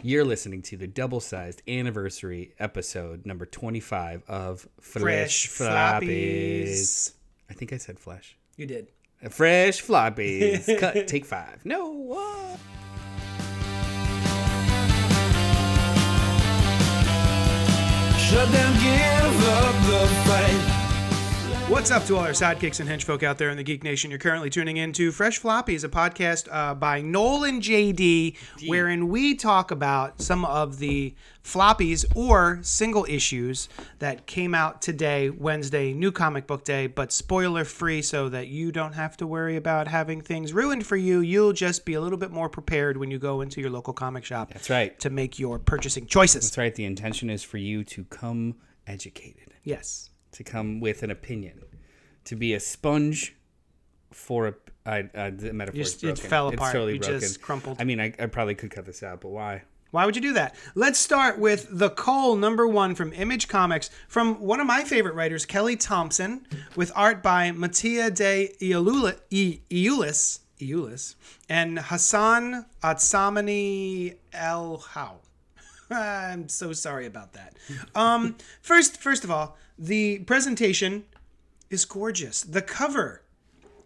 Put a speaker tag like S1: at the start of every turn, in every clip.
S1: You're listening to the double sized anniversary episode number 25 of Fresh, Floppies. I think I said flesh.
S2: You did.
S1: Fresh Floppies. Cut, take five. No. uh,
S2: Shut down, give up the fight. What's up to all our sidekicks and henchfolk out there in the Geek Nation? You're currently tuning in to Fresh Floppies, a podcast uh, by Noel and JD, wherein we talk about some of the floppies or single issues that came out today, Wednesday, new comic book day, but spoiler free so that you don't have to worry about having things ruined for you. You'll just be a little bit more prepared when you go into your local comic shop
S1: That's right.
S2: to make your purchasing choices.
S1: That's right. The intention is for you to come educated,
S2: Yes.
S1: to come with an opinion, to be a sponge for a. I, I, the metaphor is
S2: Just- it
S1: broken.
S2: fell apart.
S1: It's totally
S2: You
S1: broken.
S2: just crumpled.
S1: I mean, I, I probably could cut this out, but why?
S2: Why would you do that? Let's start with The Cole, number one from Image Comics, from one of my favorite writers, Kelly Thompson, with art by Mattia de Iulula- I- Iulis Iulis, and Hassan Atsamani El How. I'm so sorry about that. Um, first, first of all, the presentation is gorgeous. The cover.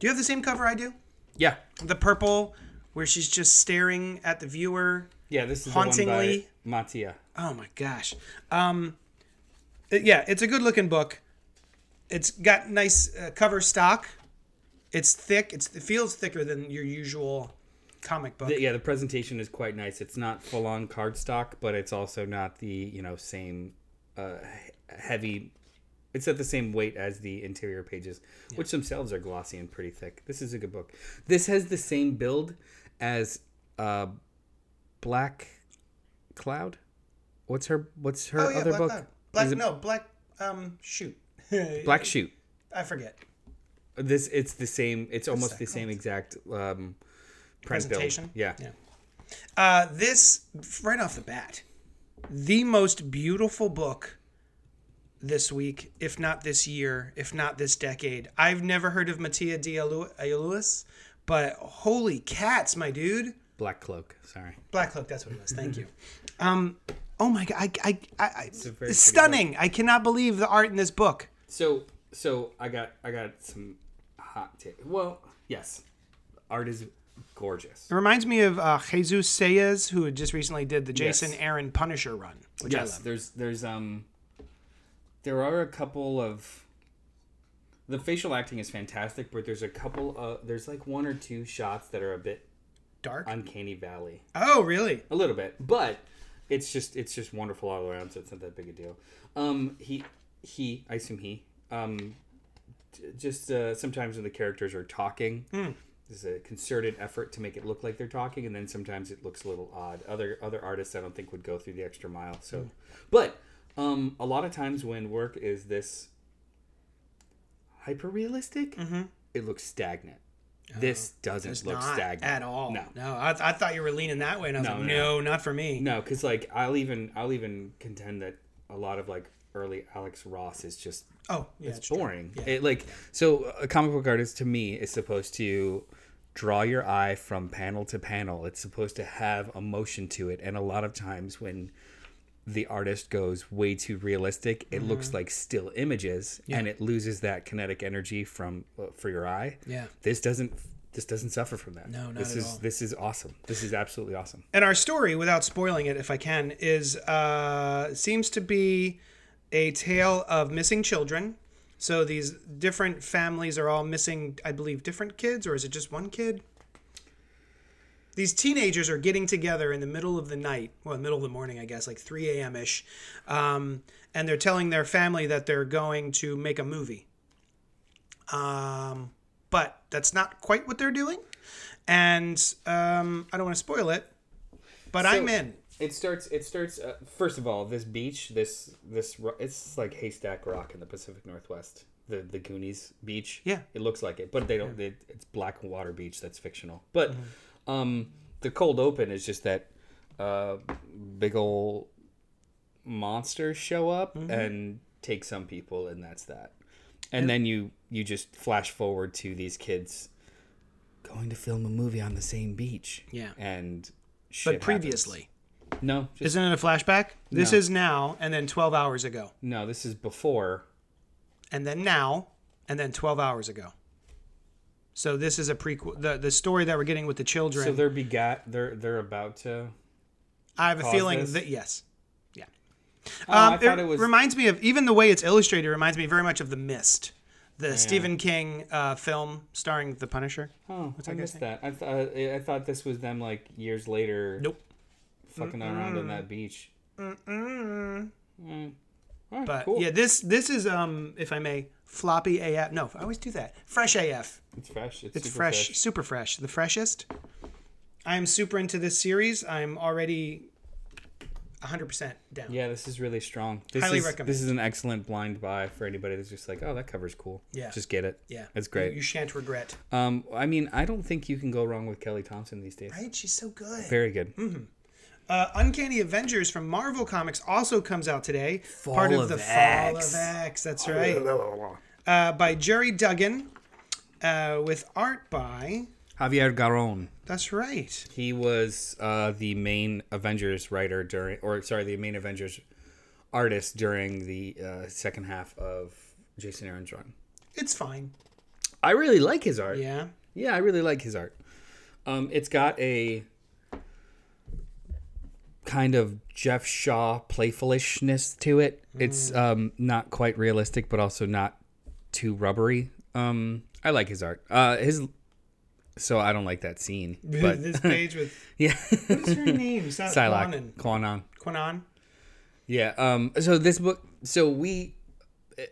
S2: Do you have the same cover I do?
S1: Yeah.
S2: The purple, where she's just staring at the viewer.
S1: Yeah, this is
S2: Hauntingly-
S1: the one by Mattia.
S2: Oh my gosh. Um, it- yeah, it's a good looking book. It's got nice uh, cover stock. It's thick. It's, it feels thicker than your usual comic book.
S1: yeah, the presentation is quite nice. It's not full on cardstock, but it's also not the you know same uh, he- heavy. It's at the same weight as the interior pages, which themselves are glossy and pretty thick. This is a good book. This has the same build as uh, Black Cloud. What's her What's her
S2: oh yeah,
S1: other
S2: black.
S1: book?
S2: Cloud. Black.
S1: Is it
S2: No, black. Um, shoot.
S1: Black Shoot.
S2: I forget.
S1: This it's the same. It's almost the
S2: that
S1: same exact um, print build.
S2: Presentation?
S1: Yeah.
S2: Yeah. Uh, this right off the bat, the most beautiful book this week, if not this year, if not this decade. I've never heard of Mattia Dialuis, but holy cats, my dude!
S1: Black Cloak. Sorry.
S2: Black Cloak, that's what it was. Thank you. Um, oh my god, I, I, I, I
S1: a very
S2: it's
S1: pretty book.
S2: stunning! I cannot believe the art in this book.
S1: So so I got I got some hot take. Well, yes, art is gorgeous.
S2: It reminds me of uh, Jesus Sayas, who had just recently did the Jason
S1: Yes.
S2: Aaron Punisher run, which I
S1: Yes,
S2: love.
S1: there's there's um there are a couple of the facial acting is fantastic, but there's a couple of there's like one or two shots that are a bit
S2: Dark.
S1: uncanny valley,
S2: oh, really?
S1: a little bit, but it's just it's just wonderful all around. So it's not that big a deal. Um, he he, I assume he um j- just uh, sometimes when the characters are talking.
S2: Hmm.
S1: There's a concerted effort to make it look like they're talking, and then sometimes it looks a little odd. Other other artists, I don't think would go through the extra mile. So,
S2: Hmm.
S1: but um, a lot of times when work is this hyper realistic, it looks stagnant. This doesn't look
S2: Mm-hmm. Oh, not
S1: stagnant
S2: at all.
S1: No,
S2: I, I thought you were leaning that way, and I was
S1: No,
S2: like,
S1: no.
S2: no, not for me.
S1: no, because like I'll even I'll even contend that a lot of like early Alex Ross is just
S2: Oh, yeah, it's
S1: it's boring. It like so uh, a comic book artist to me is supposed to draw your eye from panel to panel. It's supposed to have emotion to it, and a lot of times when the artist goes way too realistic,
S2: Mm-hmm.
S1: it looks like still images, and it loses that kinetic energy from uh, for your eye.
S2: Yeah.
S1: this doesn't. This doesn't suffer from that.
S2: No, not
S1: this
S2: at
S1: is
S2: all.
S1: this is awesome. This is absolutely awesome.
S2: And our story, without spoiling it, if I can, is uh, seems to be a tale of missing children. So these different families are all missing, I believe, different kids, or is it just one kid? These teenagers are getting together in the middle of the night, well, middle of the morning, I guess, like 3 a.m. ish, um, and they're telling their family that they're going to make a movie. Um, but that's not quite what they're doing. And um, I don't want to spoil it, but I'm in.
S1: It starts. It starts. Uh, first of all, this beach, this this ro- it's like haystack rock in the Pacific Northwest. The the Goonies beach.
S2: Yeah.
S1: it looks like it, but they don't. They, it's black water beach that's fictional. But
S2: Mm-hmm.
S1: um, the cold open is just that uh, big old monsters show up
S2: Mm-hmm.
S1: and take some people, and that's that. And then you you just flash forward to these kids going to film a movie on the same beach.
S2: Yeah.
S1: and shit
S2: But
S1: happens.
S2: previously,
S1: No, just
S2: Isn't it a flashback? This
S1: No.
S2: is now and then 12 hours ago.
S1: no. This is before.
S2: And then now and then 12 hours ago. So this is a prequel. The, the story that we're getting with the children.
S1: So they're begat. They're they're about to.
S2: I have a
S1: cause
S2: feeling
S1: this?
S2: that, yes. Yeah.
S1: Oh,
S2: Um,
S1: I thought
S2: it,
S1: it was.
S2: reminds me of even the way it's illustrated reminds me very much of The Mist, the Stephen King uh, film starring The Punisher.
S1: oh, I missed that. I th- I, I thought this was them like years later.
S2: Nope.
S1: Fucking around on that beach. Mm. All right,
S2: But
S1: cool.
S2: yeah, this this is um if I may floppy AF. No, I always do that. Fresh AF.
S1: it's fresh. It's,
S2: It's
S1: super
S2: fresh, super fresh, the freshest. I'm super into this series. I'm already 100% down.
S1: Yeah, this is really strong. This
S2: Highly
S1: is,
S2: recommend.
S1: This is an excellent blind buy for anybody that's just like, oh, that cover's cool.
S2: Yeah.
S1: Just get it.
S2: Yeah.
S1: It's great.
S2: You, you shan't regret.
S1: Um, I mean, I don't think you can go wrong with Kelly Thompson these days.
S2: Right? She's so good.
S1: Very good.
S2: Uh, Uncanny Avengers from Marvel Comics also comes out today. part
S1: Fall
S2: of the
S1: of
S2: Fall
S1: X.
S2: of X. That's
S1: Oh,
S2: right. Uh, by Jerry Duggan uh, with art by.
S1: Javier Garon.
S2: That's right.
S1: He was uh, the main Avengers writer during, or sorry, the main Avengers artist during the uh, second half of Jason Aaron's run.
S2: It's fine.
S1: I really like his art.
S2: Yeah.
S1: Yeah, I really like his art. Um, it's got a kind of Jeff Shaw playfulishness to it.
S2: Mm.
S1: It's um, not quite realistic, but also not too rubbery. Um, I like his art. Uh, his so I don't like that scene, but
S2: this page with.
S1: yeah,
S2: What's her name? It's not
S1: Psylocke, Quanon.
S2: Quanon. Quanon?
S1: Yeah. Um. So this book. So we,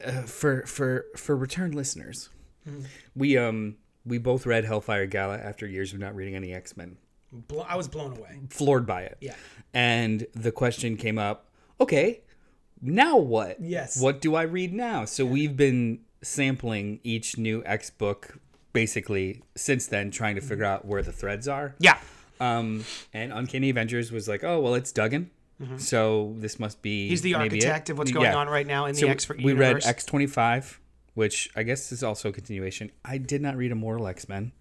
S1: uh, for for for return listeners,
S2: Mm-hmm.
S1: we um we both read Hellfire Gala after years of not reading any X Men,
S2: Bl- I was blown away.
S1: floored by it.
S2: Yeah.
S1: And the question came up. Okay, now what?
S2: Yes.
S1: What do I read now? So we've been sampling each new X book basically since then, trying to figure
S2: Mm-hmm.
S1: out where the threads are.
S2: Yeah.
S1: Um, and Uncanny Avengers was like, oh well, it's Duggan, so this must be
S2: Mm-hmm. He's the
S1: maybe it.
S2: architect of what's going
S1: Yeah.
S2: on right now in
S1: So
S2: the X for
S1: we
S2: universe.
S1: read X twenty five, which I guess is also a continuation. I did not read Immortal X Men,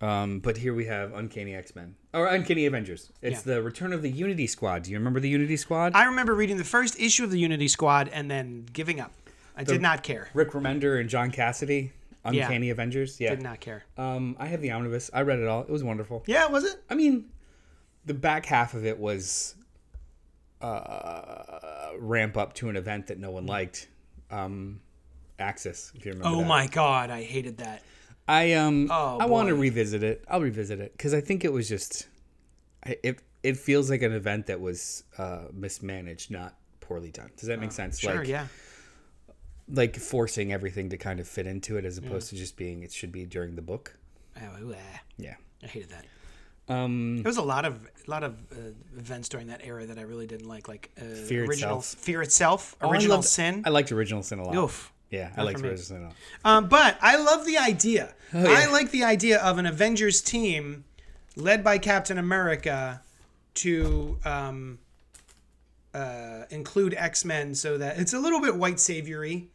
S1: um, but here we have Uncanny X Men or Uncanny Avengers. It's the Return of the Unity Squad. Do you remember the Unity Squad?
S2: I remember reading the first issue of the Unity Squad and then giving up. I did not care.
S1: Rick Remender and John Cassidy, Uncanny Avengers. Yeah,
S2: Did not care.
S1: um, I have the omnibus. I read it all. It was wonderful.
S2: Yeah, was it?
S1: I mean, the back half of it was uh, ramp up to an event that no one liked. Um, Axis, if you remember.
S2: Mm. Oh
S1: that.
S2: my god, I hated that.
S1: I um
S2: Oh,
S1: I want to
S2: boy.
S1: revisit it. I'll revisit it because I think it was just I- it. It feels like an event that was uh, mismanaged, not poorly done. Does that make sense?
S2: Uh, Sure,
S1: like
S2: yeah.
S1: like forcing everything to kind of fit into it as
S2: Mm.
S1: opposed to just being it should be during the book.
S2: Oh, uh,
S1: Yeah.
S2: I hated that.
S1: Um.
S2: There was a lot of a lot of uh, events during that era that I really didn't like, like uh,
S1: Fear
S2: original
S1: Itself.
S2: Fear itself,
S1: I
S2: Original
S1: loved-
S2: Sin.
S1: I liked Original Sin a lot.
S2: Oof.
S1: Yeah, I liked
S2: for me.
S1: Original Sin a lot.
S2: Um, but I love the idea. I like the idea of an Avengers team led by Captain America to um, uh, include X Men, so that it's a little bit white saviory.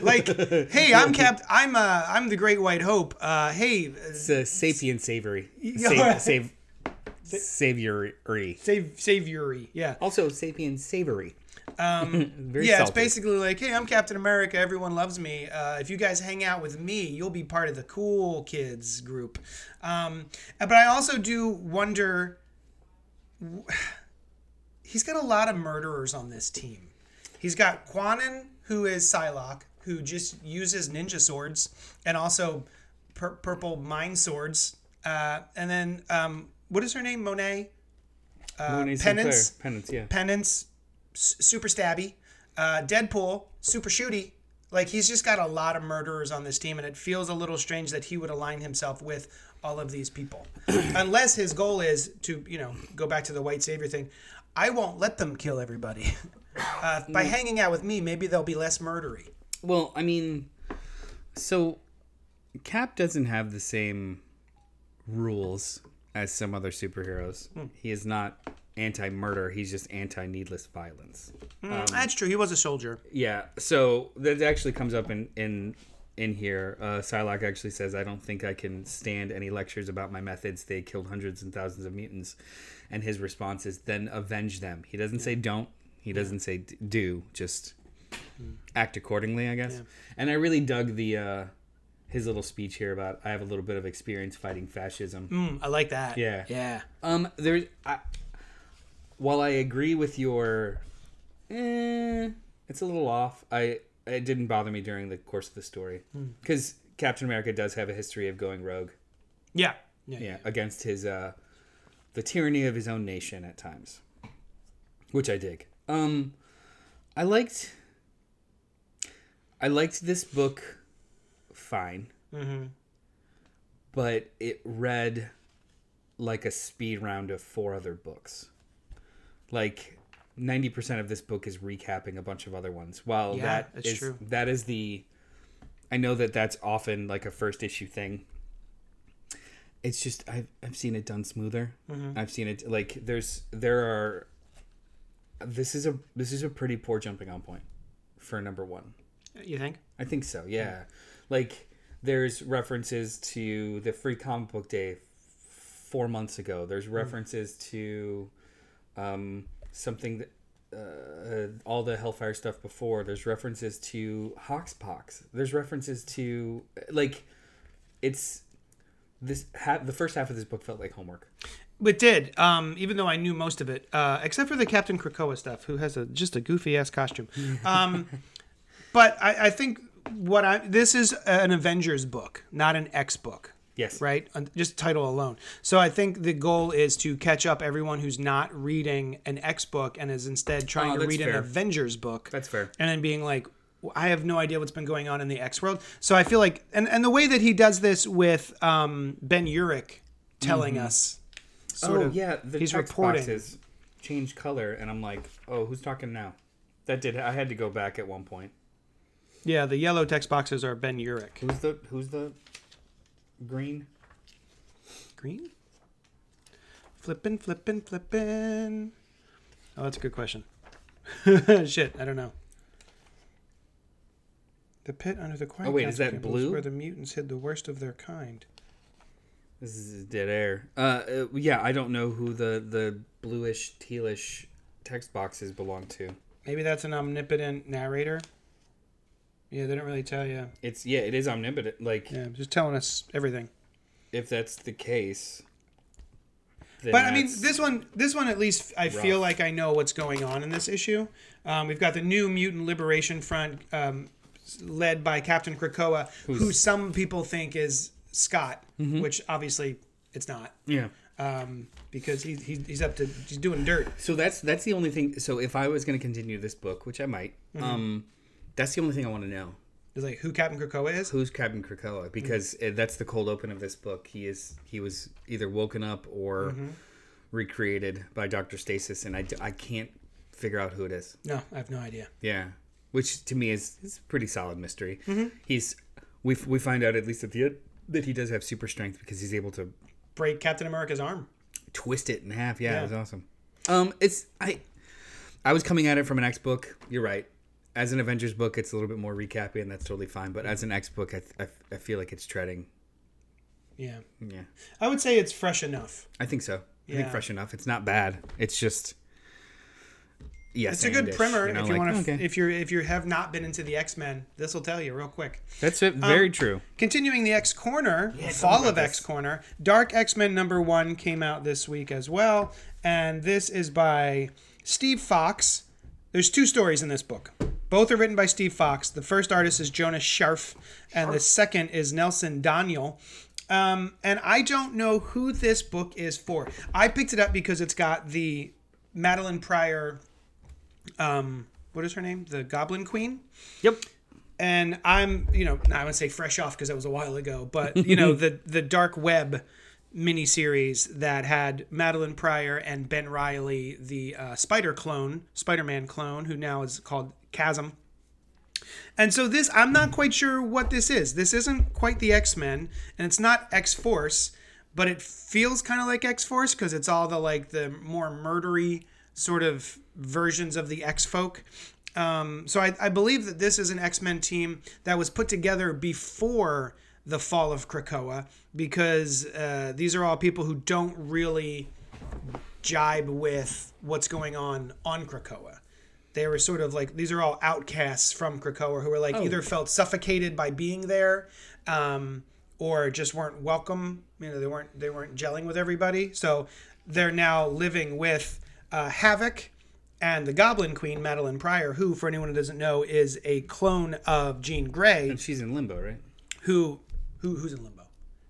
S2: like, hey, I'm Cap. I'm uh, I'm the Great White Hope. Uh, hey, uh,
S1: It's a sapient savory. Save,
S2: right.
S1: save, savory.
S2: save saviory. Yeah.
S1: Also, sapient savory. Um, Very
S2: Yeah,
S1: salty.
S2: it's basically like, hey, I'm Captain America. Everyone loves me. Uh, if you guys hang out with me, you'll be part of the cool kids group. Um, but I also do wonder. He's got a lot of murderers on this team. He's got Quanon, who is Psylocke, who just uses ninja swords and also pur- purple mine swords. Uh, and then, um, what is her name? Monet?
S1: Monet
S2: penance.
S1: Sinclair. Penance, yeah.
S2: Penance, s- super stabby. Uh, Deadpool, super shooty. Like he's just got a lot of murderers on this team, and it feels a little strange that he would align himself with all of these people, unless his goal is to, you know, go back to the white savior thing. I won't let them kill everybody. Uh, by hanging out with me, maybe they'll be less murdery.
S1: Well, I mean, so Cap doesn't have the same rules as some other superheroes.
S2: Hmm.
S1: He is not anti-murder. He's just anti-needless violence.
S2: That's true. He was a soldier.
S1: Yeah. So that actually comes up in in in here, uh, Psylocke actually says, I don't think I can stand any lectures about my methods. They killed hundreds and thousands of mutants. And his response is, then avenge them. He doesn't say don't, he doesn't say d- do, just act accordingly, I guess. And I really dug the. Uh, his little speech here about I have a little bit of experience fighting fascism.
S2: Mm, I like that.
S1: Yeah.
S2: Yeah.
S1: Um, there's. I, while I agree with your, eh, it's a little off. I it didn't bother me during the course of the story because Captain America does have a history of going rogue.
S2: Yeah. Yeah.
S1: Yeah, against his uh, the tyranny of his own nation at times, which I dig. Um, I liked. I liked this book, fine,
S2: Mm-hmm.
S1: but it read like a speed round of four other books. Like ninety percent of this book is recapping a bunch of other ones. While
S2: Yeah,
S1: that
S2: that's
S1: is
S2: true.
S1: that is the, I know that that's often like a first issue thing it's just I've I've seen it done smoother.
S2: Mm-hmm.
S1: I've seen it like there's there are. This is a this is a pretty poor jumping on point for number one.
S2: You think?
S1: I think so. Yeah, like there's references to the free comic book day f- four months ago.
S2: Hmm.
S1: There's references to um, something that. Uh, all the Hellfire stuff before. There's references to Hoxpox. There's references to like, it's this ha- the first half of this book felt like homework.
S2: It did. Um, even though I knew most of it, uh, except for the Captain Krakoa stuff, who has a just a goofy ass costume. Um, but I, I think what I this is an Avengers book, not an X book.
S1: Yes.
S2: Right. On- Just title alone. So I think the goal is to catch up everyone who's not reading an X book and is instead trying
S1: Oh,
S2: to
S1: that's
S2: read an
S1: fair.
S2: Avengers book.
S1: That's fair.
S2: and then being like i have no idea what's been going on in the x world so i feel like and, and the way that he does this with um, ben urick telling us sort
S1: Mm-hmm. oh
S2: of
S1: yeah, the
S2: he's
S1: text
S2: reporting
S1: boxes change color, and I'm like, oh, who's talking now? That did. I had to go back at one point.
S2: yeah the yellow text boxes are ben urick
S1: Who's the Who's the green?
S2: green flippin flippin flippin oh that's a good question shit i don't know the pit under the quiet
S1: Oh, wait, is
S2: Castle
S1: that
S2: Cave was
S1: blue?
S2: where the mutants hid the worst of their kind
S1: This is dead air. Uh, uh, yeah, I don't know who the the bluish tealish text boxes belong to.
S2: Maybe that's an omnipotent narrator. Yeah, they don't really tell you.
S1: It's yeah, it is omnipotent. Like
S2: Yeah, just telling us everything.
S1: if that's the case. then
S2: But I mean,
S1: that's-
S2: this one, this one at least, I feel like I know what's going on in this issue. Um, we've got the new Mutant Liberation Front, um, s- led by Captain Krakoa, who some people think is Scott,
S1: Mm-hmm.
S2: which obviously it's not,
S1: yeah.
S2: um, because he, he, he's up to he's doing dirt.
S1: So that's that's the only thing. So if I was going to continue this book, which I might,
S2: Mm-hmm.
S1: um, that's the only thing I want to know.
S2: It's like who Captain Krakoa is.
S1: Who's Captain Krakoa? Because uh that's the cold open of this book. He is he was either woken up or recreated by Doctor Stasis, and I, d- I can't figure out who it is.
S2: No, I have no idea.
S1: Yeah, which to me is is a pretty solid mystery. He's we f- we find out at least at the end that he does have super strength because he's able to
S2: Break Captain America's arm.
S1: twist it in half. Yeah, it was awesome. Um, it's I, I was coming at it from an X book. You're right. As an Avengers book, it's a little bit more recappy, and that's totally fine. But as an X book, I, th- I, f- I feel like it's treading.
S2: Yeah,
S1: Yeah,
S2: I would say it's fresh enough.
S1: I think so. I think
S2: Yeah.
S1: fresh enough. It's not bad. It's just. Yes,
S2: It's a good
S1: and-ish,
S2: primer
S1: know,
S2: if you
S1: like,
S2: want to.
S1: okay.
S2: If you're if you have not been into the X Men, this will tell you real quick.
S1: That's
S2: Um,
S1: it, very true.
S2: Continuing the X Corner, Fall of X Corner, Dark X Men number one came out this week as well, and this is by Steve Fox. There's two stories in this book. Both are written by Steve Fox. The first artist is Jonas Scharf, and the second is Nelson Daniel. Um, and I don't know who this book is for. I picked it up because it's got the Madeline Pryor. Um, what is her name? The Goblin Queen
S1: Yep.
S2: and I'm, you know, I would say fresh off because that was a while ago, but you know, the the Dark Web miniseries that had Madeline Pryor and Ben Riley, the uh, Spider clone, Spider-Man clone, who now is called Chasm. And so this, I'm not quite sure what this is. This isn't quite the X-Men, and it's not X-Force, but it feels kind of like X-Force because it's all the like the more murdery sort of versions of the X-folk. Um, so I, I believe that this is an X Men team that was put together before the fall of Krakoa because uh, these are all people who don't really jibe with what's going on on Krakoa. They were sort of like these are all outcasts from Krakoa who were like either felt suffocated by being there, um, or just weren't welcome. You know, they weren't they weren't gelling with everybody. So they're now living with uh, Havoc and the Goblin Queen Madeline Pryor, who, for anyone who doesn't know, is a clone of Jean Grey
S1: She's in limbo, right?
S2: who who who's in limbo.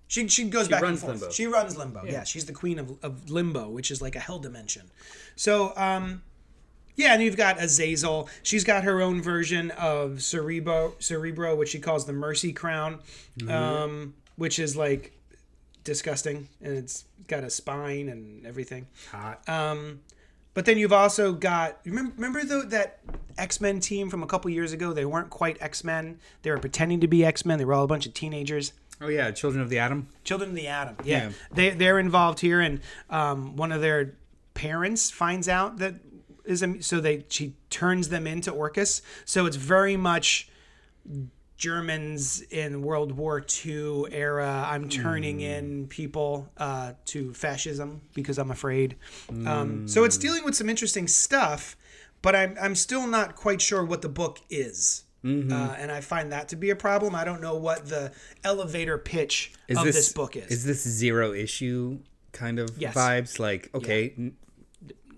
S2: She she goes back
S1: runs
S2: and forth.
S1: limbo.
S2: She runs limbo. Yeah. she's the queen of, of limbo, which is like a hell dimension. So um yeah, and you've got Azazel. She's got her own version of Cerebro Cerebro, which she calls the Mercy Crown.
S1: Mm-hmm.
S2: Um which is like disgusting and it's got a spine and everything.
S1: Hot.
S2: Uh, But then you've also got remember, remember though that X Men team from a couple years ago. They weren't quite X Men. They were pretending to be X Men. They were all a bunch of teenagers.
S1: oh yeah, Children of the Atom.
S2: Children of the Atom. Yeah,
S1: Yeah.
S2: they they're involved here, and um, one of their parents finds out that is a, so they she turns them into Orcus. So it's very much Germans in World War II era. I'm turning in people uh, to fascism because I'm afraid. Um, so it's dealing with some interesting stuff, but I'm I'm still not quite sure what the book is. Uh, and I find that to be a problem. I don't know what the elevator pitch of this, book is.
S1: Is this zero issue kind of
S2: Yes.
S1: vibes? Like okay, n-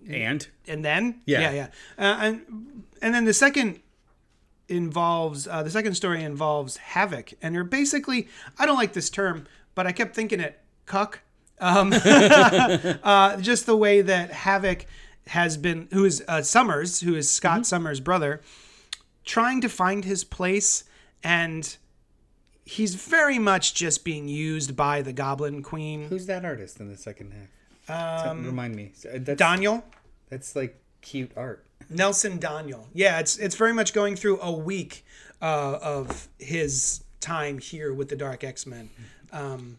S1: and
S2: and then
S1: Yeah.
S2: yeah, Uh, and and then the second involves uh, the second story involves havoc, and you're basically I don't like this term, but I kept thinking it cuck. Um, uh, just the way that havoc has been, who is uh, Summers, who is Scott Summers' brother, trying to find his place and. He's very much just being used by the Goblin Queen.
S1: who's that artist in the second half? Um, remind me. So, uh, That's,
S2: Daniel,
S1: that's like cute art.
S2: Nelson Daniel. Yeah, it's it's very much going through a week uh, of his time here with the Dark X Men, um,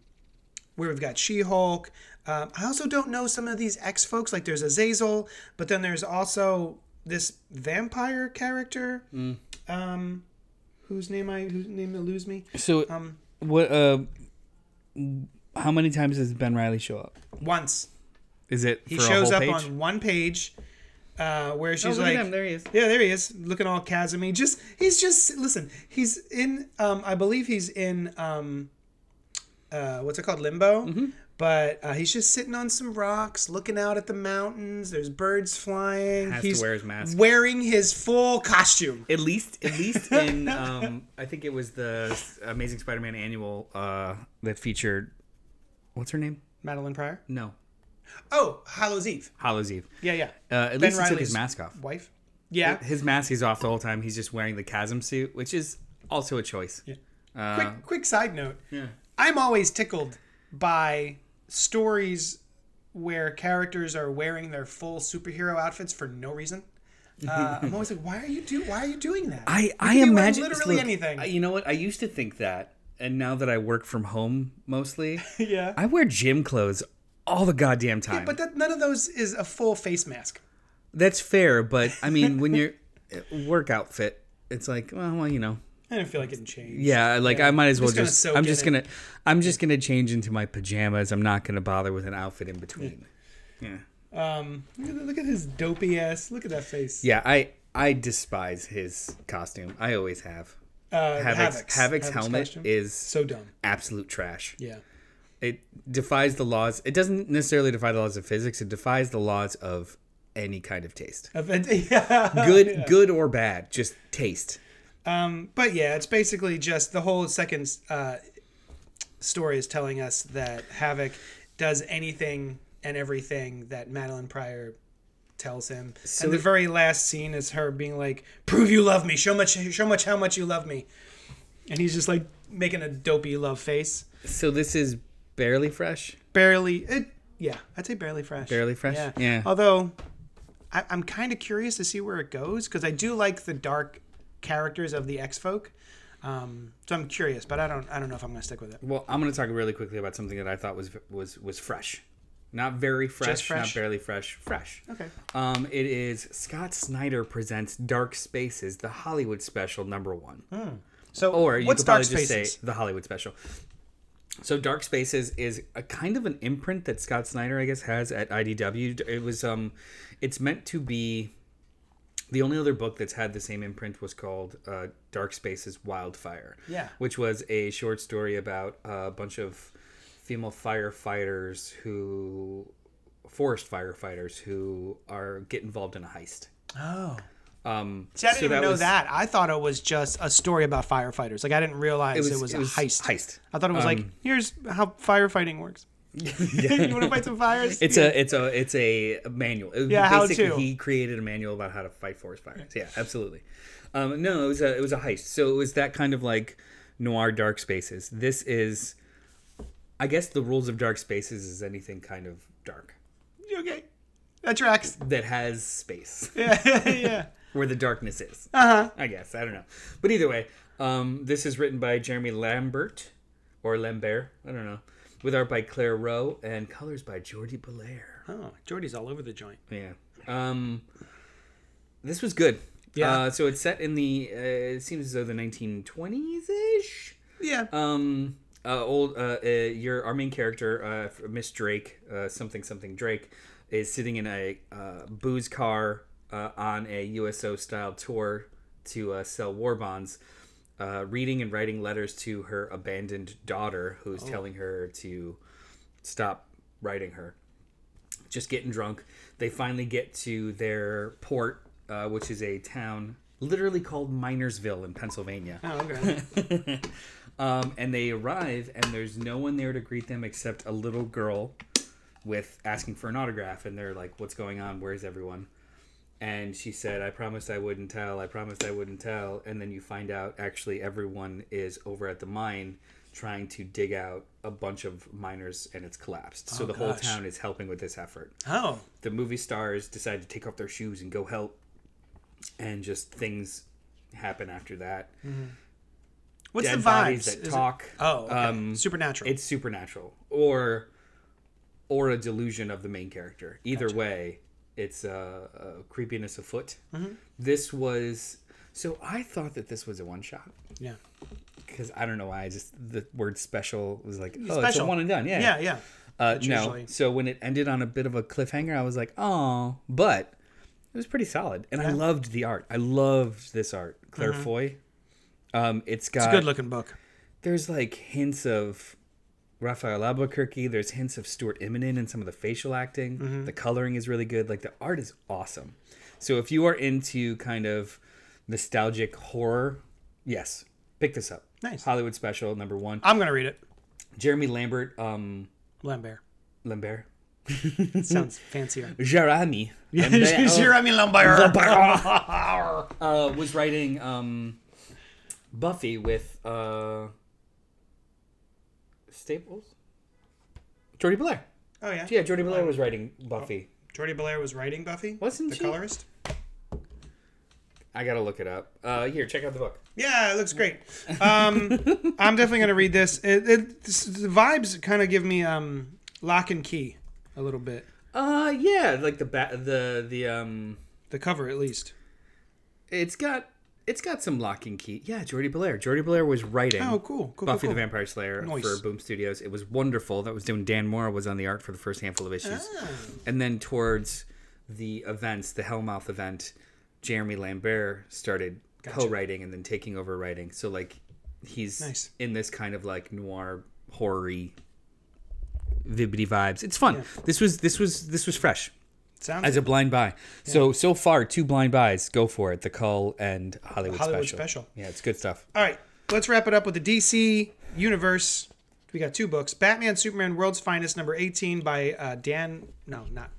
S2: where we've got She Hulk. Um, I also don't know some of these X folks. Like there's Azazel, but then there's also this vampire character, um, whose name I whose name eludes me.
S1: So
S2: Um,
S1: what? Uh, how many times does Ben Riley show up?
S2: Once
S1: Is it
S2: he shows up on one page, uh, where
S1: Oh,
S2: she's like,
S1: there he is.
S2: Yeah, there he is, looking all chasmy. Just he's just listen. He's in. Um, I believe he's in. Um, uh, what's it called? Limbo.
S1: Mm-hmm.
S2: But uh, he's just sitting on some rocks, looking out at the mountains. There's birds flying.
S1: Has to
S2: he's
S1: wear his mask.
S2: wearing his full costume.
S1: At least, at least in um, I think it was the Amazing Spider-Man annual uh, that featured what's her name?
S2: Madeline Pryor.
S1: No,
S2: Oh, Hallows Eve.
S1: Hollows Eve.
S2: Yeah, yeah.
S1: Uh, at
S2: Ben
S1: least he took
S2: Reilly's
S1: his mask off.
S2: Wife. Yeah.
S1: His mask is off the whole time. He's just wearing the chasm suit, which is also a choice. Yeah. Uh,
S2: quick quick side note.
S1: Yeah.
S2: I'm always tickled by stories where characters are wearing their full superhero outfits for no reason. Uh, I'm always like, why are you do? Why are you doing that?
S1: I I
S2: You could be wearing
S1: imagine
S2: literally
S1: look,
S2: anything.
S1: I- You know what? I used to think that, and now that I work from home mostly,
S2: yeah,
S1: I wear gym clothes all the goddamn time.
S2: but that, none of those is a full face mask.
S1: That's fair, but I mean, when you're uh, work outfit, it's like, well, well, you know,
S2: I don't feel like getting changed.
S1: yeah, like I might as well
S2: just gonna
S1: just,
S2: soak
S1: I'm
S2: in
S1: just
S2: it.
S1: gonna, I'm just gonna change into my pajamas. I'm not gonna bother with an outfit in between. Yeah,
S2: Um, look at, look at his dopey ass. Look at that face.
S1: yeah, I, I despise his costume. I always have.
S2: Uh,
S1: Havoc's,
S2: Havoc's-
S1: Havoc's,
S2: Havoc's
S1: helmet
S2: costume.
S1: is
S2: so dumb.
S1: absolute trash.
S2: Yeah.
S1: It defies the laws. It doesn't necessarily defy the laws of physics. It defies the laws of any kind of taste,
S2: Of- Uh, yeah.
S1: good, good or bad, just taste.
S2: Um, but yeah, it's basically just the whole second uh, story is telling us that Havoc does anything and everything that Madeline Pryor tells him. and the very last scene is her being like, "Prove you love me. Show much. Show much how much you love me." And he's just like making a dopey love face.
S1: So this is barely fresh.
S2: Barely. It. Yeah, I'd say barely fresh.
S1: Barely fresh?
S2: Yeah.
S1: Yeah.
S2: Although, I, I'm kind of curious to see where it goes because I do like the dark characters of the X folk. Um, so I'm curious, but I don't. I don't know if I'm gonna stick with it.
S1: Well, I'm going to talk really quickly about something that I thought was was was fresh. Not very fresh,
S2: fresh?
S1: not barely fresh, fresh.
S2: Okay.
S1: Um, it is Scott Snyder presents Dark Spaces, the Hollywood special number one.
S2: So
S1: Or you
S2: what's
S1: could probably
S2: Dark Spaces?
S1: just say the Hollywood special. So Dark Spaces is a kind of an imprint that Scott Snyder, I guess, has at IDW. It was um, it's meant to be. The only other book that's had the same imprint was called uh, Dark Spaces Wildfire.
S2: Yeah.
S1: Which was a short story about a bunch of female firefighters who, forest firefighters who are get involved in a heist.
S2: oh.
S1: Um,
S2: See, I didn't
S1: so
S2: even know
S1: was-
S2: that. I thought it was just a story about firefighters. Like I didn't realize it was, a heist.
S1: Heist. Um,
S2: I thought it was like here's how firefighting works. you want to fight some fires?
S1: It's a it's a it's a manual. It-
S2: Yeah, how
S1: basically
S2: to.
S1: He created a manual about how to fight forest fires. Yeah, absolutely. Um, no, it was a it was a heist. So it was that kind of like noir dark spaces. This is, I guess, the rules of dark spaces is anything kind of dark
S2: okay. That tracks.
S1: that has space
S2: Yeah, yeah.
S1: where the darkness is. Uh
S2: Uh-huh.
S1: huh. I guess I don't know, but either way, um, this is written by Jeremy Lambert or Lambert. I don't know. With art by Claire Rowe and colors by Jordi Belair.
S2: Oh, Jordy's all over the joint.
S1: Yeah. Um, this was good.
S2: Yeah.
S1: Uh, so it's set in the. Uh, it seems as though the 1920s ish.
S2: Yeah. Oh,
S1: Um, uh, old. Uh, uh, your our main character, uh, f- Miss Drake, uh, something something Drake, is sitting in a uh, booze car uh, on a USO style tour to uh, sell war bonds. Uh, reading and writing letters to her abandoned daughter, who's telling her to stop writing her just getting drunk. They finally get to their port, uh, which is a town literally called Minersville in Pennsylvania.
S2: oh, okay.
S1: Um, and they arrive, and there's no one there to greet them except a little girl with asking for an autograph. And they're like, "What's going on? Where's everyone?" And she said, "I promised I wouldn't tell. I promised I wouldn't tell." And then you find out actually everyone is over at the mine trying to dig out a bunch of miners, and it's collapsed. So the whole
S2: Oh, gosh.
S1: town is helping with this effort
S2: Oh,
S1: the movie stars decide to take off their shoes and go help and just things happen after that
S2: what's
S1: dead
S2: the
S1: bodies
S2: vibes?
S1: that
S2: Is it-
S1: talk
S2: Oh, okay.
S1: um,
S2: supernatural.
S1: it's supernatural or or a delusion of the main character either way it's a, a creepiness afoot
S2: Mm-hmm.
S1: this was so i thought that this was a one shot
S2: yeah.
S1: because i don't know why i just the word special was like oh it's a
S2: special.
S1: one and done yeah
S2: Yeah, yeah.
S1: Uh, no.
S2: usually-
S1: So when it ended on a bit of a cliffhanger, I was like, oh, but it was pretty solid. And I loved the art. I loved this art. Claire Foy. Um, it's got,
S2: Mm-hmm. Good looking book.
S1: there's like hints of Raphael Albuquerque. There's hints of Stuart Eminem in some of the facial acting.
S2: Mm-hmm.
S1: The coloring is really good. Like the art is awesome. So if you are into kind of nostalgic horror, yes, pick this up.
S2: Nice.
S1: Hollywood special number one.
S2: I'm gonna read it.
S1: Jeremy Lambert, um,
S2: Lambert.
S1: Lambert.
S2: Sounds fancier.
S1: Jeremy. oh,
S2: Jeremy Lambert.
S1: Lambert. uh, was writing um, Buffy with uh, Staples. Jordy Blair.
S2: Oh yeah.
S1: Yeah, Jordy Blair was writing Buffy.
S2: Jordy Belair was writing Buffy.
S1: Wasn't
S2: the
S1: she?
S2: colorist?
S1: I gotta look it up. Uh, here, check out the book.
S2: Yeah, it looks great. Um, I'm definitely gonna read this. It, it, this- the vibes kind of give me um, Lock and Key a little bit.
S1: Uh, yeah, like the ba- the the um,
S2: The cover, at least.
S1: it's got it's got some lock and key. Yeah, Jordy Blair. Jordy Blair was writing.
S2: Oh, cool. Cool.
S1: Buffy
S2: cool,
S1: the
S2: cool.
S1: Vampire Slayer
S2: Nice.
S1: for Boom Studios. It was wonderful. That was when Dan Mora was on the art for the first handful of issues.
S2: Ah.
S1: And then towards the events, the Hellmouth event, Jeremy Lambert started co-writing and then taking over writing. So like he's
S2: Nice.
S1: in this kind of like noir horror vibbity vibes. It's fun. This was this was this was fresh
S2: Sounds
S1: as a blind buy. So so far two blind buys. Go for it. The Cull and Hollywood,
S2: Hollywood
S1: Special.
S2: Special.
S1: Yeah, it's good stuff.
S2: All right, let's wrap it up with the DC universe. We got two books: Batman, Superman, World's Finest, number eighteen by uh, Dan. No, not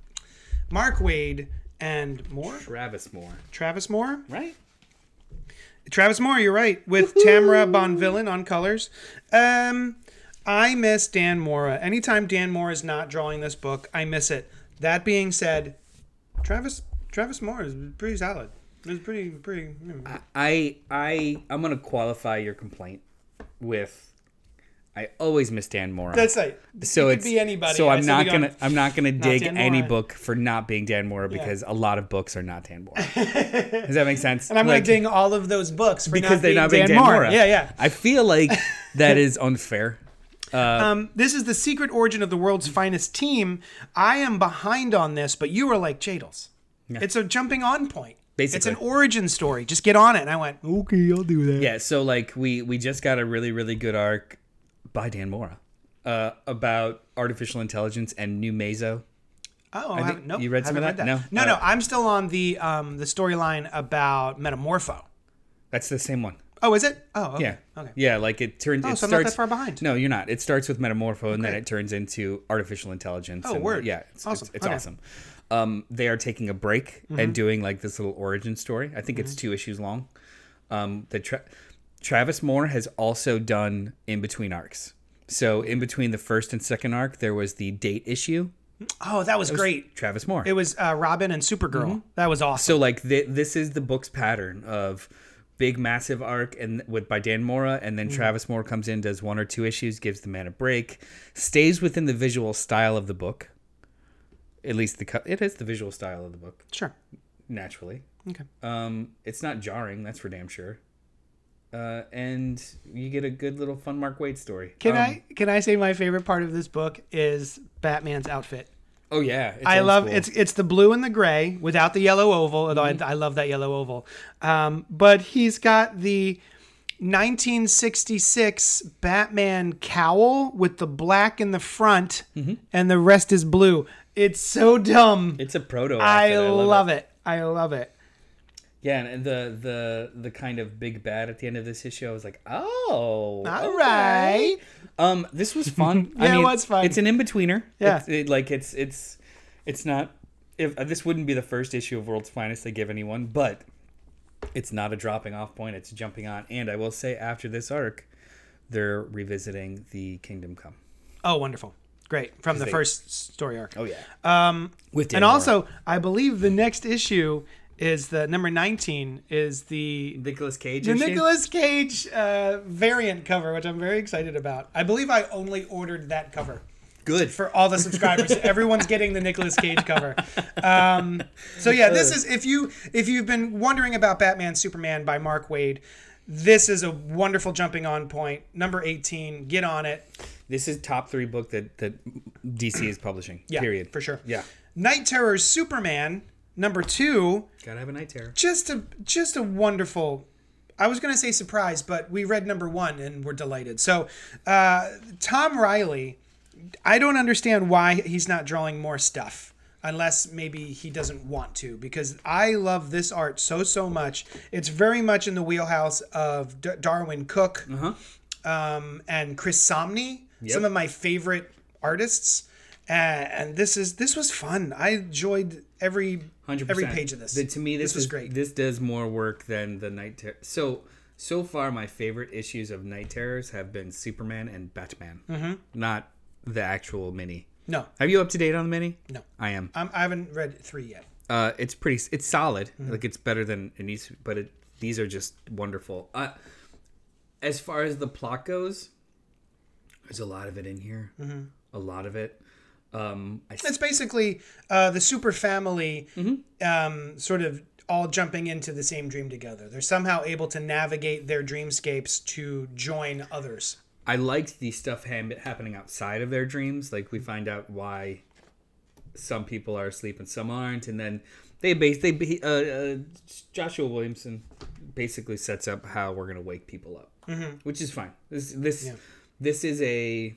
S2: Mark Wade and Moore.
S1: Travis Moore,
S2: Travis Moore.
S1: right?
S2: Travis Moore. You're right. With Tamara Bonvillain on colors. Um, I miss Dan Mora. Anytime Dan Mora is not drawing this book, I miss it. That being said, Travis Travis Moore is pretty solid. It's pretty pretty. hmm.
S1: I I I'm gonna qualify your complaint with I I always miss Dan Mora.
S2: That's right.
S1: so
S2: it
S1: it's
S2: could be anybody.
S1: So
S2: I
S1: I'm
S2: said
S1: not
S2: we got-
S1: gonna I'm not gonna dig
S2: Dan
S1: any
S2: Mora.
S1: book for not being Dan Mora because a lot of books are not Dan Mora. Does that make sense?
S2: And I'm
S1: Like,
S2: gonna ding all of those books for
S1: because they're not being Dan,
S2: Moore.
S1: Mora.
S2: Yeah, yeah.
S1: I feel like that is unfair.
S2: Um, this is the secret origin of the world's finest team. I am behind on this, but you were like Jadles. It's a jumping on point. it's
S1: Basically.
S2: an origin story. Just get on it. And I went, okay, I'll do that.
S1: Yeah, so like we we just got a really really good arc by Dan Mora uh, about artificial intelligence and new meso.
S2: Oh, I haven't, nope,
S1: you read some of that?
S2: haven't No,
S1: No?
S2: no, I'm still on the um, the storyline about Metamorpho.
S1: That's the same one.
S2: Oh, is it? Oh, okay.
S1: Yeah.
S2: Okay. Oh,
S1: Yeah, like it turns. it
S2: so I'm not
S1: starts,
S2: that far behind.
S1: No, you're not. It starts with metamorpho, and then
S2: Okay.
S1: it turns into artificial intelligence. Oh, and,
S2: word.
S1: Yeah, it's
S2: Awesome.
S1: It's, it's
S2: Okay. Mm-hmm.
S1: awesome. Um, they are taking a break and doing like this little origin story. I think it's two issues long. Um, the tra- Travis Moore has also done in between arcs. So in between the first and second arc, there was the date issue.
S2: Oh, that was great.
S1: Travis Moore.
S2: It was uh, Robin and Supergirl.
S1: Mm-hmm.
S2: That was awesome.
S1: So like th- this is the book's pattern of big massive arc and with by Dan Mora and
S2: Mm.
S1: then Travis Moore comes in does one or two issues gives the man a break stays within the visual style of the book at least the co- it is the visual style of the book
S2: Sure.
S1: naturally
S2: Okay.
S1: um it's not jarring that's for damn sure uh and you get a good little fun Mark Wade story
S2: Can
S1: Um,
S2: I can I say my favorite part of this book is Batman's outfit.
S1: oh yeah it's
S2: I
S1: old
S2: love
S1: school. Mm-hmm.
S2: it's it's the blue and the gray without the yellow oval. Although I, I love that yellow oval, um, but he's got the 1966 Batman cowl with the black in the front, and the rest is blue. It's so dumb.
S1: Mm-hmm. it's a proto
S2: I,
S1: outfit.
S2: love,
S1: it.
S2: it. I love it.
S1: Yeah, and- and the the the kind of big bad at the end of this issue, I was like, oh,
S2: All
S1: okay.
S2: right.
S1: Um, this was fun.
S2: Yeah,
S1: I
S2: it
S1: mean,
S2: was fun.
S1: It's an in betweener.
S2: Yeah.
S1: it's, it, like it's it's it's not. If uh, this wouldn't be the first issue of World's Finest they give anyone, but it's not a dropping off point. It's jumping on. And I will say, after this arc, they're revisiting the Kingdom Come.
S2: Oh, wonderful. Great from the
S1: they-
S2: first story arc.
S1: Oh yeah. Um, with Dan
S2: and
S1: Mora.
S2: also, I believe the next issue is the number 19 is the
S1: Nicolas Cage.
S2: The
S1: issue.
S2: Nicolas Cage uh, variant cover, which I'm very excited about. I believe I only ordered that cover
S1: Good.
S2: for all the subscribers. Everyone's getting the Nicolas Cage cover. Um, so yeah, this is if you if you've been wondering about Batman Superman by Mark Wade, this is a wonderful jumping on point. Number 18, get on it.
S1: this is top three book that that DC is publishing.
S2: Yeah,
S1: period.
S2: for sure.
S1: Yeah.
S2: Night Terror's Superman number two.
S1: Gotta have a night terror.
S2: just a just a wonderful i was going to say surprise but we read number one and we're delighted so uh, tom riley i don't understand why he's not drawing more stuff unless maybe he doesn't want to because i love this art so so much it's very much in the wheelhouse of D- darwin cook
S1: Uh-huh.
S2: um, and chris somney some of my favorite artists uh, and this is this was fun i enjoyed every
S1: 100%.
S2: every page of this
S1: The- to me, this,
S2: this was
S1: is,
S2: great.
S1: This does more work than the Night Terror. So, so far, my favorite issues of Night Terrors have been Superman and Batman, mm-hmm. not the actual mini.
S2: No,
S1: Have you up to date on the mini?
S2: No.
S1: I am.
S2: I'm, I haven't read three yet.
S1: Uh, it's pretty. It's solid.
S2: Mm-hmm.
S1: Like it's better than it needs. to- But it, these are just wonderful. Uh, as far as the plot goes, there's a lot of it in here. Mm-hmm. A lot of it. Um, I
S2: It's basically uh, the super family um, sort of all jumping into the same dream together. They're somehow able to navigate their dreamscapes to join others.
S1: I liked the stuff ham- happening outside of their dreams. Like we find out why some people are asleep and some aren't, and then they base they ba- uh, uh, Joshua Williamson basically sets up how we're gonna wake people up, which is fine. This this this is a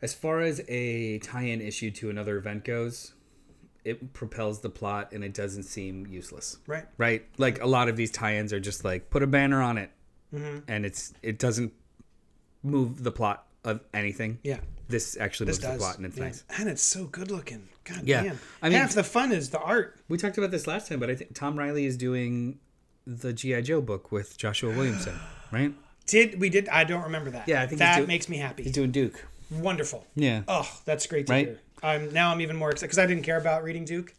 S1: as far as a tie-in issue to another event goes, it propels the plot and it doesn't seem useless
S2: Right.
S1: right? Like a lot of these tie-ins are just like put a banner on it,
S2: Mm-hmm.
S1: and it's it doesn't move the plot of anything.
S2: Yeah.
S1: This actually moves the
S2: Does.
S1: plot, and it's
S2: Yeah.
S1: nice.
S2: And it's so good looking. God
S1: Yeah.
S2: damn.
S1: I mean-
S2: Half the fun is the art.
S1: We talked about this last time, but I think Tom Riley is doing the GI Joe book with Joshua Williamson, right?
S2: Did we did I don't remember that.
S1: Yeah, I think he's
S2: that
S1: doing-
S2: makes me happy.
S1: He's doing Duke.
S2: Wonderful.
S1: Yeah.
S2: Oh, that's great to
S1: Right?
S2: hear. I'm now I'm even more excited because I didn't care about reading Duke.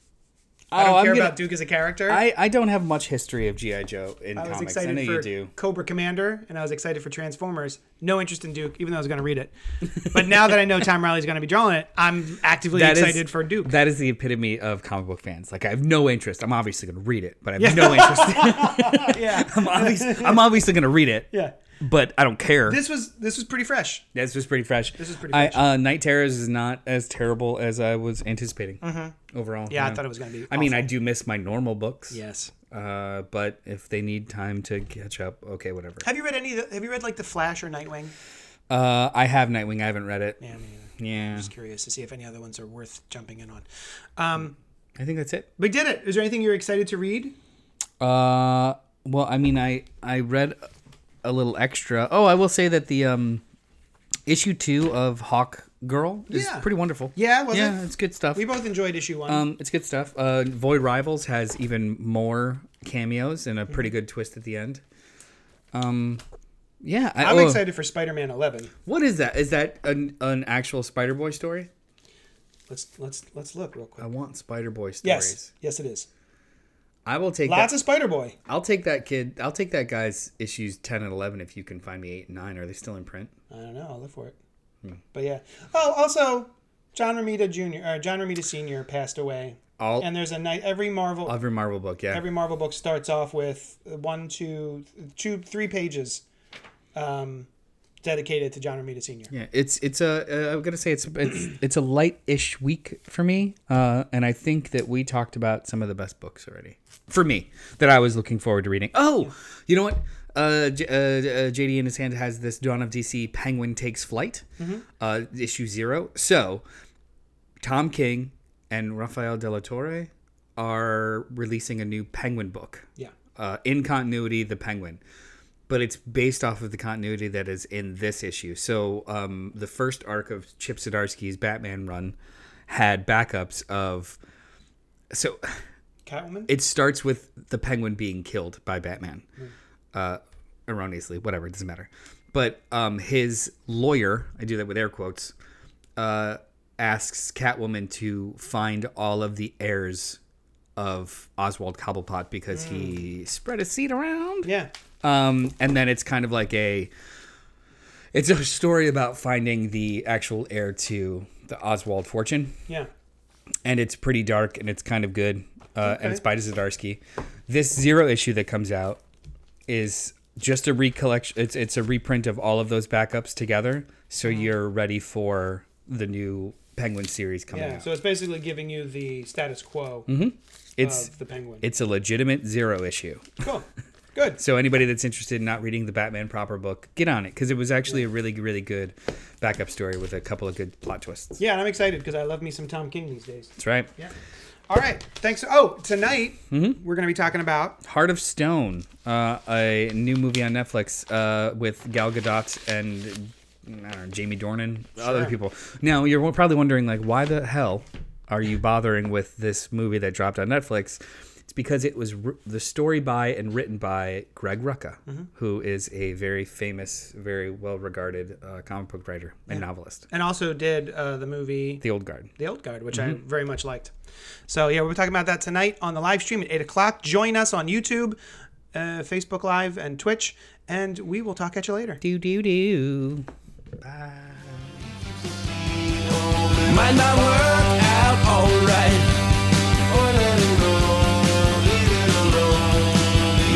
S2: I don't
S1: Oh, I'm
S2: care
S1: gonna-
S2: about Duke as a character.
S1: I, I don't have much history of GI Joe in
S2: I was
S1: comics. I
S2: excited
S1: know
S2: for
S1: you do.
S2: Cobra Commander, and I was excited for Transformers. No interest in Duke, even though I was going to read it. But now that I know Tom Riley's going to be drawing it, I'm actively
S1: That is-
S2: excited for Duke.
S1: That is the epitome of comic book fans. Like I have no interest. I'm obviously going to read it, but I have no interest.
S2: yeah,
S1: I'm obviously, I'm obviously going to read it,
S2: yeah.
S1: but I don't care.
S2: This was this was pretty fresh.
S1: This was pretty fresh. This
S2: is pretty fresh.
S1: I, uh, Night Terrors is not as terrible as I was anticipating overall.
S2: Mm-hmm. Yeah, I thought it was going to be.
S1: I mean, I do miss my normal books.
S2: yes.
S1: Uh, but if they need time to catch up, okay, whatever.
S2: Have you read any? Of the, have you read like the Flash or Nightwing?
S1: Uh, I have Nightwing. I haven't read it.
S2: Yeah, I mean,
S1: Yeah.
S2: just curious to see if any other ones are worth jumping in on. Um,
S1: I think that's it.
S2: we did it. Is there anything you're excited to read?
S1: Uh, well, I mean, I I read a little extra. Oh, I will say that the um issue two of Hawk Girl is
S2: Yeah.
S1: pretty wonderful.
S2: Yeah, was
S1: yeah,
S2: it?
S1: it's good stuff.
S2: We both enjoyed issue one.
S1: Um, it's good stuff. Uh, Void Rivals has even more cameos and a
S2: Mm-hmm.
S1: pretty good twist at the end. Um, yeah, I,
S2: I'm
S1: oh,
S2: excited for Spider-Man 11.
S1: What is that? Is that an, an actual Spider Boy story?
S2: Let's let's let's look real quick.
S1: I want Spider Boy stories.
S2: yes, yes, it is.
S1: I will take
S2: Lots
S1: that.
S2: of Spider Boy.
S1: I'll take that kid. I'll take that guy's issues ten and eleven if you can find me eight and nine. Are they still in print?
S2: I don't know. I'll look for it. But yeah. Oh, also, John Romita Jr. or John Romita Sr. passed away,
S1: All
S2: and there's a night. Every Marvel,
S1: every Marvel book. Yeah.
S2: every Marvel book starts off with one, two, two, three pages, um, dedicated to John Romita Sr.
S1: Yeah, it's it's a uh, I'm gonna say it's it's it's a light-ish week for me, uh, and I think that we talked about some of the best books already for me that I was looking forward to reading. Oh, you know what? Uh, J- uh, uh, JD in his hand has this Dawn of DC Penguin Takes Flight, uh, issue zero. So, Tom King and Rafael De La Torre are releasing a new Penguin book
S2: Yeah.
S1: uh, in continuity the penguin but it's based off of the continuity that is in this issue so um, the first arc of chip zdarsky's batman run had backups of so
S2: Catwoman.
S1: it starts with the penguin being killed by batman uh, erroneously whatever it doesn't matter but um, his lawyer i do that with air quotes uh, asks catwoman to find all of the heirs of oswald cobblepot because he spread his seed around
S2: yeah.
S1: um, and then it's kind of like a it's a story about finding the actual heir to the Oswald fortune,
S2: Yeah.
S1: and it's pretty dark and it's kind of good, uh, and it's by
S2: Okay.
S1: Zadarsky. This zero issue that comes out is just a recollection. It's it's a reprint of all of those backups together, so
S2: Mm-hmm.
S1: you're ready for the new Penguin series coming
S2: Yeah.
S1: out.
S2: So uh, it's basically giving you the status quo
S1: it's
S2: of the Penguin.
S1: it's a legitimate zero issue.
S2: cool. Good.
S1: So anybody that's interested in not reading the Batman proper book, get on it because it was actually a really, really good backup story with a couple of good plot twists.
S2: Yeah, and I'm excited because I love me some Tom King these days.
S1: That's right.
S2: Yeah. All right. Thanks. Oh, tonight we're going to be talking about
S1: Heart of Stone, uh, a new movie on Netflix uh, with Gal Gadot and I don't know, Jamie Dornan, other people. Now you're probably wondering like, why the hell are you bothering with this movie that dropped on Netflix? It's because it was r the story by and written by Greg Rucka, who is a very famous, very well-regarded uh, comic book writer and novelist.
S2: and also did uh, the movie
S1: The Old Guard.
S2: The Old Guard, which I very much liked. So yeah, we're talking about that tonight on the live stream at eight o'clock. Join us on YouTube, uh, Facebook Live, and Twitch, and we will talk at you later.
S1: Do do do.
S3: might not work out alright. Oh, let it alone, leave it alone.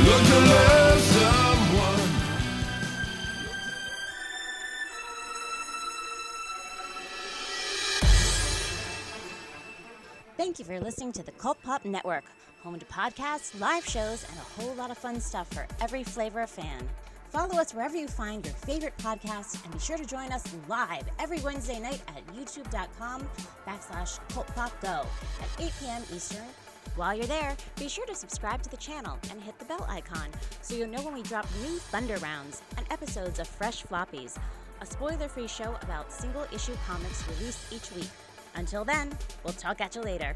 S3: Look to love someone.
S4: Thank you for listening to the Cult Pop Network, home to podcasts, live shows, and a whole lot of fun stuff for every flavor of fan. Follow us wherever you find your favorite podcasts, and be sure to join us live every Wednesday night at youtube.com backslash cultpopgo at 8 p.m. Eastern. While you're there, be sure to subscribe to the channel and hit the bell icon so you'll know when we drop new Thunder Rounds and episodes of Fresh Floppies, a spoiler-free show about single-issue comics released each week. Until then, we'll talk at you later.